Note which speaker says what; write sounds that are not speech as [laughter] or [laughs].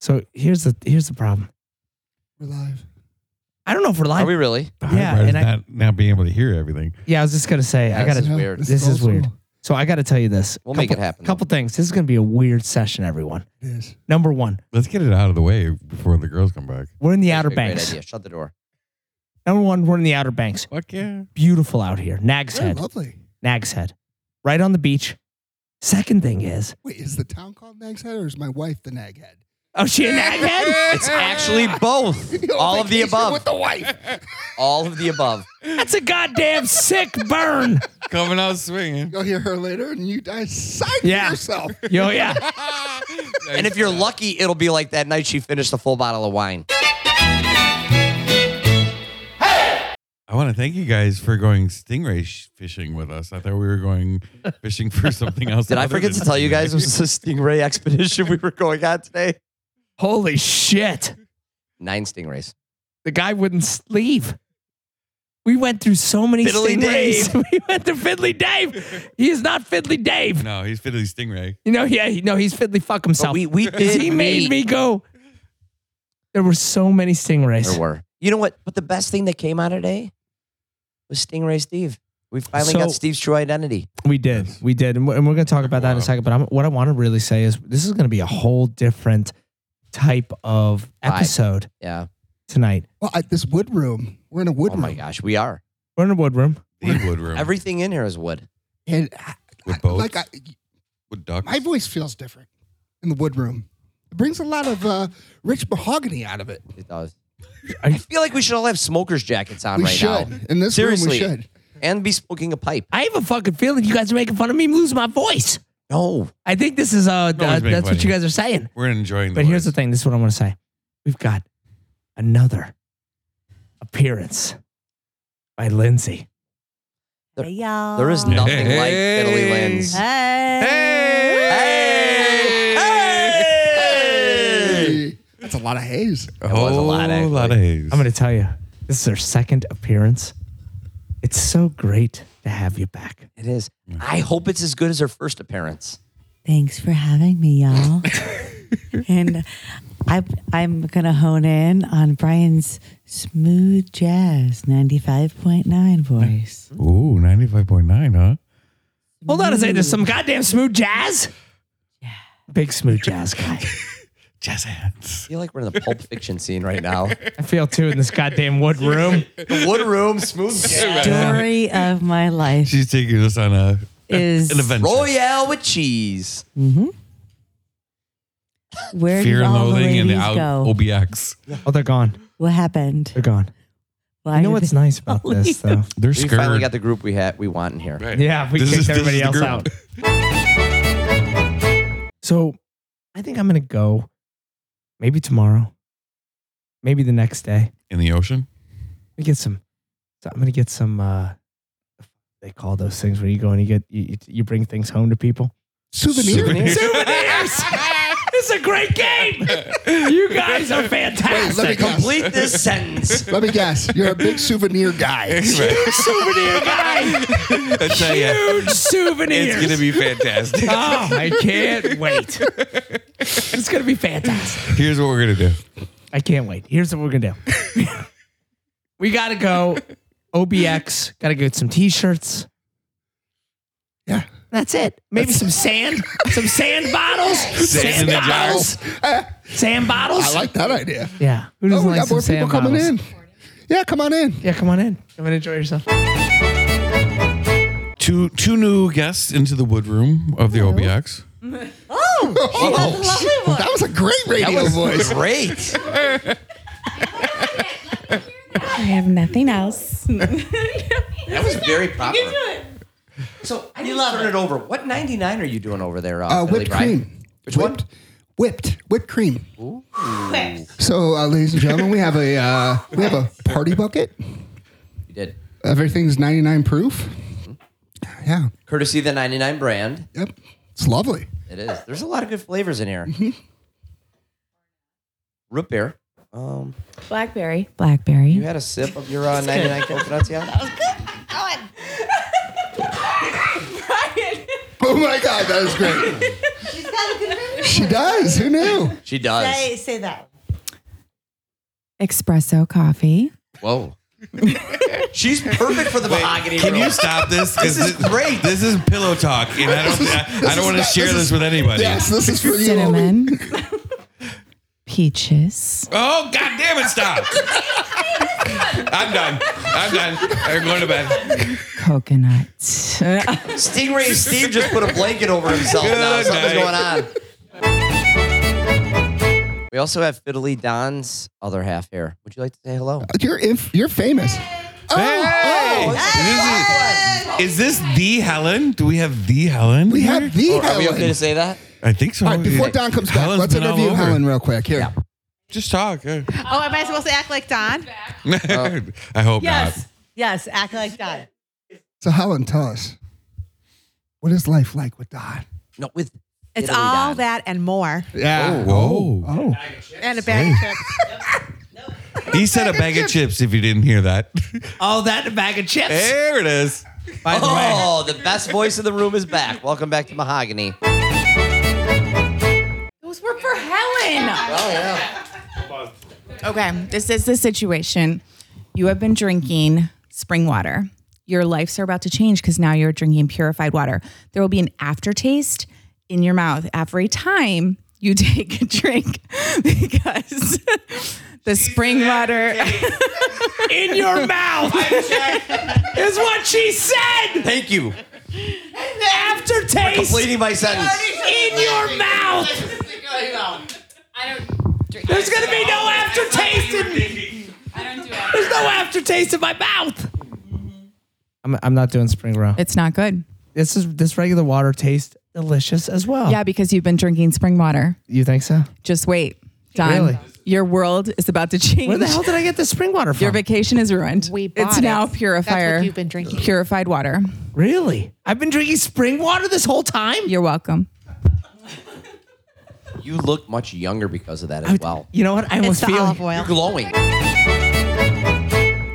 Speaker 1: So here's the here's the problem.
Speaker 2: We're live.
Speaker 1: I don't know if we're
Speaker 3: Are
Speaker 1: live.
Speaker 3: we really?
Speaker 1: Yeah,
Speaker 4: Rather
Speaker 1: and
Speaker 4: than
Speaker 1: I-
Speaker 4: not now being able to hear everything.
Speaker 1: yeah, I was just gonna say I
Speaker 3: Yes.
Speaker 1: gotta.
Speaker 3: That's
Speaker 2: No,
Speaker 3: weird.
Speaker 1: This is
Speaker 2: old
Speaker 1: weird.
Speaker 2: school.
Speaker 1: So I gotta tell you this.
Speaker 3: We'll
Speaker 1: couple,
Speaker 3: make it happen.
Speaker 1: Couple things. This is gonna be a weird session, everyone.
Speaker 2: It is.
Speaker 1: Number one,
Speaker 4: Let's get it out of the way before the girls come back.
Speaker 1: we're in the
Speaker 3: That's
Speaker 1: Outer
Speaker 3: a great
Speaker 1: Banks.
Speaker 3: idea. Shut the door.
Speaker 1: Number one, we're in the Outer Banks.
Speaker 4: Fuck yeah.
Speaker 1: Beautiful out here. Nag's
Speaker 2: Very
Speaker 1: Head.
Speaker 2: lovely.
Speaker 1: Nag's Head. Right on the beach. Second thing is,
Speaker 2: Wait, is the town called Nag's Head or is my wife the Nag [laughs] Head?
Speaker 1: oh, she a
Speaker 3: [laughs]
Speaker 1: Nag Head?
Speaker 3: It's actually [laughs] both.
Speaker 2: On
Speaker 3: All of the
Speaker 2: vacation
Speaker 3: above.
Speaker 2: With the wife.
Speaker 3: All of the above.
Speaker 1: That's a goddamn sick burn.
Speaker 4: Coming out swinging.
Speaker 2: You'll hear her later and you die psych
Speaker 1: Yeah.
Speaker 2: yourself.
Speaker 1: Yo, yeah.
Speaker 3: [laughs] [laughs] And if you're lucky, it'll be like that night she finished a full bottle of wine.
Speaker 4: I want to thank you guys for going stingray sh- fishing with us. I thought we
Speaker 1: [laughs]
Speaker 4: were going fishing for something else.
Speaker 3: Did I
Speaker 4: other
Speaker 3: forget
Speaker 4: than
Speaker 3: to tell you guys it was
Speaker 4: stingray.
Speaker 3: a stingray expedition we were going on today?
Speaker 1: Holy shit.
Speaker 3: Nine stingrays.
Speaker 1: The guy wouldn't s- leave. We went through so many
Speaker 3: Fiddly
Speaker 1: stingrays. [laughs] we went through Fiddly Dave. He is not Fiddly Dave.
Speaker 4: No, he's fiddly
Speaker 3: [laughs]
Speaker 4: stingray.
Speaker 1: You know, yeah, he- no, he's Fiddly fuck
Speaker 3: But
Speaker 1: himself.
Speaker 3: we, we
Speaker 1: [laughs]
Speaker 3: did.
Speaker 1: he made
Speaker 3: meet-
Speaker 1: me go. There were so many stingrays.
Speaker 3: There were. You know what? But the best thing that came out today was Stingray Steve. We finally
Speaker 1: So-
Speaker 3: got Steve's true identity.
Speaker 1: We did.
Speaker 4: Yes.
Speaker 1: We did. And we're, and we're going to talk about that in a
Speaker 4: Wow.
Speaker 1: second. But I'm, what I want to really say is this is going to be a whole different type of
Speaker 3: Vibe.
Speaker 1: episode
Speaker 3: Yeah.
Speaker 1: tonight.
Speaker 2: Well, I, this wood room. We're in a wood
Speaker 3: oh
Speaker 2: room.
Speaker 3: my gosh, we are.
Speaker 1: We're in a wood room.
Speaker 4: The wood room.
Speaker 3: Everything in here is wood.
Speaker 2: And I,
Speaker 4: With
Speaker 2: I,
Speaker 4: boats.
Speaker 2: like I,
Speaker 4: with ducks.
Speaker 2: my voice feels different in the wood room. It brings a lot of uh, rich mahogany out of it.
Speaker 3: It does.
Speaker 1: Are you-
Speaker 3: I feel like we should all have smokers jackets on
Speaker 2: we
Speaker 3: right
Speaker 2: should.
Speaker 3: now
Speaker 2: In this
Speaker 3: Seriously.
Speaker 2: room, we should.
Speaker 3: and be smoking a pipe.
Speaker 1: I have a fucking feeling you guys are making fun of me losing my voice.
Speaker 3: No.
Speaker 1: I think this is uh,
Speaker 4: No
Speaker 1: uh
Speaker 4: one's making
Speaker 1: that's
Speaker 4: fun
Speaker 1: what
Speaker 4: of
Speaker 1: you
Speaker 4: you.
Speaker 1: guys are saying.
Speaker 4: we're enjoying the
Speaker 1: But here's the
Speaker 4: voice.
Speaker 1: thing. This is what I want to say. We've got another appearance by Lindsay.
Speaker 3: There-
Speaker 5: Hey, y'all.
Speaker 3: There is
Speaker 4: Hey.
Speaker 3: nothing like Italy lens.
Speaker 5: Hey.
Speaker 4: Hey! Hey!
Speaker 2: Hey, That's a lot of haze.
Speaker 4: A
Speaker 3: was a
Speaker 4: whole
Speaker 3: lot, actually.
Speaker 4: lot of haze.
Speaker 1: I'm going to tell you, this is her second appearance. It's so great to have you back.
Speaker 3: It is. I hope it's as good as her first appearance.
Speaker 5: Thanks for having me, y'all. and I, I'm gonna hone in on Brian's smooth jazz 95.9
Speaker 4: [laughs]
Speaker 5: voice.
Speaker 4: Ooh, 95.9, huh?
Speaker 1: Hold on a second. There's some goddamn smooth jazz. Big smooth jazz [laughs] guy.
Speaker 4: Jazz hands.
Speaker 3: I feel like we're in the Pulp Fiction scene right now.
Speaker 1: I feel too in this goddamn wood room.
Speaker 3: The wood room, smooth jazz.
Speaker 5: Story of my life
Speaker 4: She's taking us on a
Speaker 5: is
Speaker 4: an adventure.
Speaker 3: Royale with cheese.
Speaker 5: where
Speaker 4: Fear
Speaker 5: did
Speaker 4: and
Speaker 5: all the
Speaker 4: loathing and
Speaker 5: ladies
Speaker 4: out
Speaker 5: go?
Speaker 4: OBX.
Speaker 1: Oh, they're gone.
Speaker 5: what happened?
Speaker 1: They're gone.
Speaker 5: Why
Speaker 1: You know
Speaker 5: did
Speaker 1: what's
Speaker 5: they-
Speaker 1: nice about this, though?
Speaker 4: They're
Speaker 3: We
Speaker 4: scared.
Speaker 3: finally got the group we had we want in here.
Speaker 1: [laughs]
Speaker 4: Right.
Speaker 1: Yeah, we
Speaker 4: This
Speaker 1: kicked
Speaker 4: is- this
Speaker 1: everybody
Speaker 4: is the
Speaker 1: else
Speaker 4: group.
Speaker 1: out. [laughs] So I think I'm going to go maybe tomorrow, maybe the next day.
Speaker 4: In the ocean?
Speaker 1: We get some, so I'm going to get some, uh, they call those things where you go and you get, you, you- you bring things home to [laughs] people.
Speaker 2: Souvenir.
Speaker 3: Souvenir.
Speaker 1: Souvenirs! [laughs] it's a great game. You guys are fantastic.
Speaker 2: Wait, let me guess.
Speaker 3: Complete this sentence.
Speaker 2: Let me guess. You're a big souvenir
Speaker 3: [laughs]
Speaker 2: guy.
Speaker 4: [laughs] Right.
Speaker 1: [laughs] Souvenir guy.
Speaker 4: I tell ya,
Speaker 1: Huge souvenirs.
Speaker 4: it's gonna be fantastic.
Speaker 1: Oh, I can't [laughs] wait. It's going to be fantastic.
Speaker 4: [laughs] Here's what we're gonna do.
Speaker 1: I can't wait. Here's what we're gonna do. we gotta go OBX. Gotta get some t-shirts.
Speaker 2: Yeah.
Speaker 1: That's it. Maybe some sand, some sand bottles,
Speaker 4: in
Speaker 1: sand,
Speaker 4: the jar.
Speaker 1: bottles,
Speaker 2: Uh,
Speaker 1: sand bottles. [laughs]
Speaker 2: I like that idea.
Speaker 1: yeah. Who
Speaker 2: Oh,
Speaker 1: doesn't
Speaker 2: we
Speaker 1: like
Speaker 2: got
Speaker 1: some
Speaker 2: more people
Speaker 1: sand
Speaker 2: coming
Speaker 1: bottles?
Speaker 2: in. Yeah, come on in.
Speaker 1: Yeah, come on in. Come and enjoy yourself.
Speaker 4: Two two new guests into the wood room of the OBX.
Speaker 2: [laughs] Oh, That was a great radio voice.
Speaker 3: Great.
Speaker 6: I have nothing else.
Speaker 3: That was
Speaker 6: [laughs]
Speaker 3: very proper. So I didn't turn it over. What 99 are you doing over there, uh,
Speaker 2: Uh,
Speaker 3: Billy
Speaker 2: whipped
Speaker 3: Bryan?
Speaker 2: cream. Which whipped, one? Whipped. Whipped cream.
Speaker 6: Quick.
Speaker 2: So, uh, ladies and gentlemen, we have a uh, we have a party bucket.
Speaker 3: You did.
Speaker 2: Everything's 99 proof. Yeah.
Speaker 3: Courtesy of the 99 brand.
Speaker 2: Yep. It's lovely.
Speaker 3: It is. There's a lot of good flavors in
Speaker 7: [laughs]
Speaker 3: here. Root beer. Um,
Speaker 6: Blackberry.
Speaker 3: you
Speaker 5: Blackberry.
Speaker 3: had a sip of your uh, 99 coconuts yet?
Speaker 2: Oh my God, that is great. She does. Who knew?
Speaker 3: She does.
Speaker 5: Say, say that.
Speaker 6: Espresso coffee.
Speaker 7: [laughs]
Speaker 3: Whoa. She's perfect for the mahogany.
Speaker 4: Can
Speaker 3: room.
Speaker 4: you stop
Speaker 2: [laughs]
Speaker 4: this? 'Cause
Speaker 3: This is great.
Speaker 4: This is pillow talk, and I don't. I, I don't want to share this with anybody.
Speaker 2: Yes, this is for you.
Speaker 6: Cinnamon. Peaches.
Speaker 4: Oh God damn
Speaker 2: [laughs]
Speaker 4: it! Stop. I'm done. I'm done. I'm going to bed.
Speaker 5: Coconuts.
Speaker 3: [laughs] Stingray Steve just put a blanket over himself now.
Speaker 4: Good
Speaker 3: Something's
Speaker 4: night.
Speaker 3: going on. We also have Fiddly Don's other half here. Would you like to say hello?
Speaker 2: You're inf- you're famous. Oh,
Speaker 4: Hey!
Speaker 2: oh,
Speaker 4: Is this the Helen? Do we have the Helen?
Speaker 2: we have the
Speaker 3: Or are we
Speaker 2: Helen.
Speaker 3: okay to say that?
Speaker 4: I think so.
Speaker 2: All right, before
Speaker 4: Yeah.
Speaker 2: Don comes back,
Speaker 4: Helen's
Speaker 2: let's
Speaker 4: been all
Speaker 2: interview
Speaker 4: over.
Speaker 2: Helen real quick. Here.
Speaker 4: Just talk. yeah.
Speaker 7: Oh, am I supposed to act like Don?
Speaker 4: Oh. [laughs] I hope
Speaker 5: yes. Yes. Act like that.
Speaker 2: So Helen, tell us, what is life like with Don?
Speaker 3: No, with
Speaker 7: It's
Speaker 3: Fiddly
Speaker 7: all
Speaker 3: Don.
Speaker 7: that and more.
Speaker 2: Yeah.
Speaker 4: not. Whoa.
Speaker 2: Oh.
Speaker 7: And a bag of chips.
Speaker 4: He said a bag of chips if you didn't hear that. [laughs]
Speaker 1: All that in a bag of chips.
Speaker 4: there it is.
Speaker 1: By the way,
Speaker 3: Oh, the best voice in the room is back. Welcome back to Mahogany.
Speaker 6: Those were for Helen.
Speaker 3: Oh, yeah.
Speaker 6: Okay, this is the situation. You have been drinking spring water. Your lives are about to change because now you're drinking purified water. There will be an aftertaste in your mouth every time you [laughs] take a drink [laughs] because [laughs] the spring water.
Speaker 1: in your mouth is what she said.
Speaker 3: Thank you.
Speaker 1: Aftertaste
Speaker 3: Completing my sentence.
Speaker 1: in your mouth. There's gonna be no aftertaste in. There's no aftertaste in my mouth. I'm, I'm not doing spring roll.
Speaker 6: It's not good.
Speaker 1: This is this regular water tastes delicious as well.
Speaker 6: Yeah, because you've been drinking spring water.
Speaker 1: You think so?
Speaker 6: Just wait. Don,
Speaker 1: Really?
Speaker 6: your world is about to change.
Speaker 1: Where the hell did I get the spring water from?
Speaker 6: Your vacation is ruined.
Speaker 7: We
Speaker 6: it's
Speaker 7: bought
Speaker 6: now
Speaker 7: it.
Speaker 6: purifier.
Speaker 7: That's what you've been drinking.
Speaker 6: Purified water.
Speaker 1: really? I've been drinking spring water this whole time.
Speaker 6: You're welcome.
Speaker 3: You look much younger because of that as well.
Speaker 1: You know what? I
Speaker 7: It's
Speaker 1: almost
Speaker 7: the
Speaker 1: feel
Speaker 7: olive
Speaker 3: You're
Speaker 7: oil.
Speaker 3: glowing.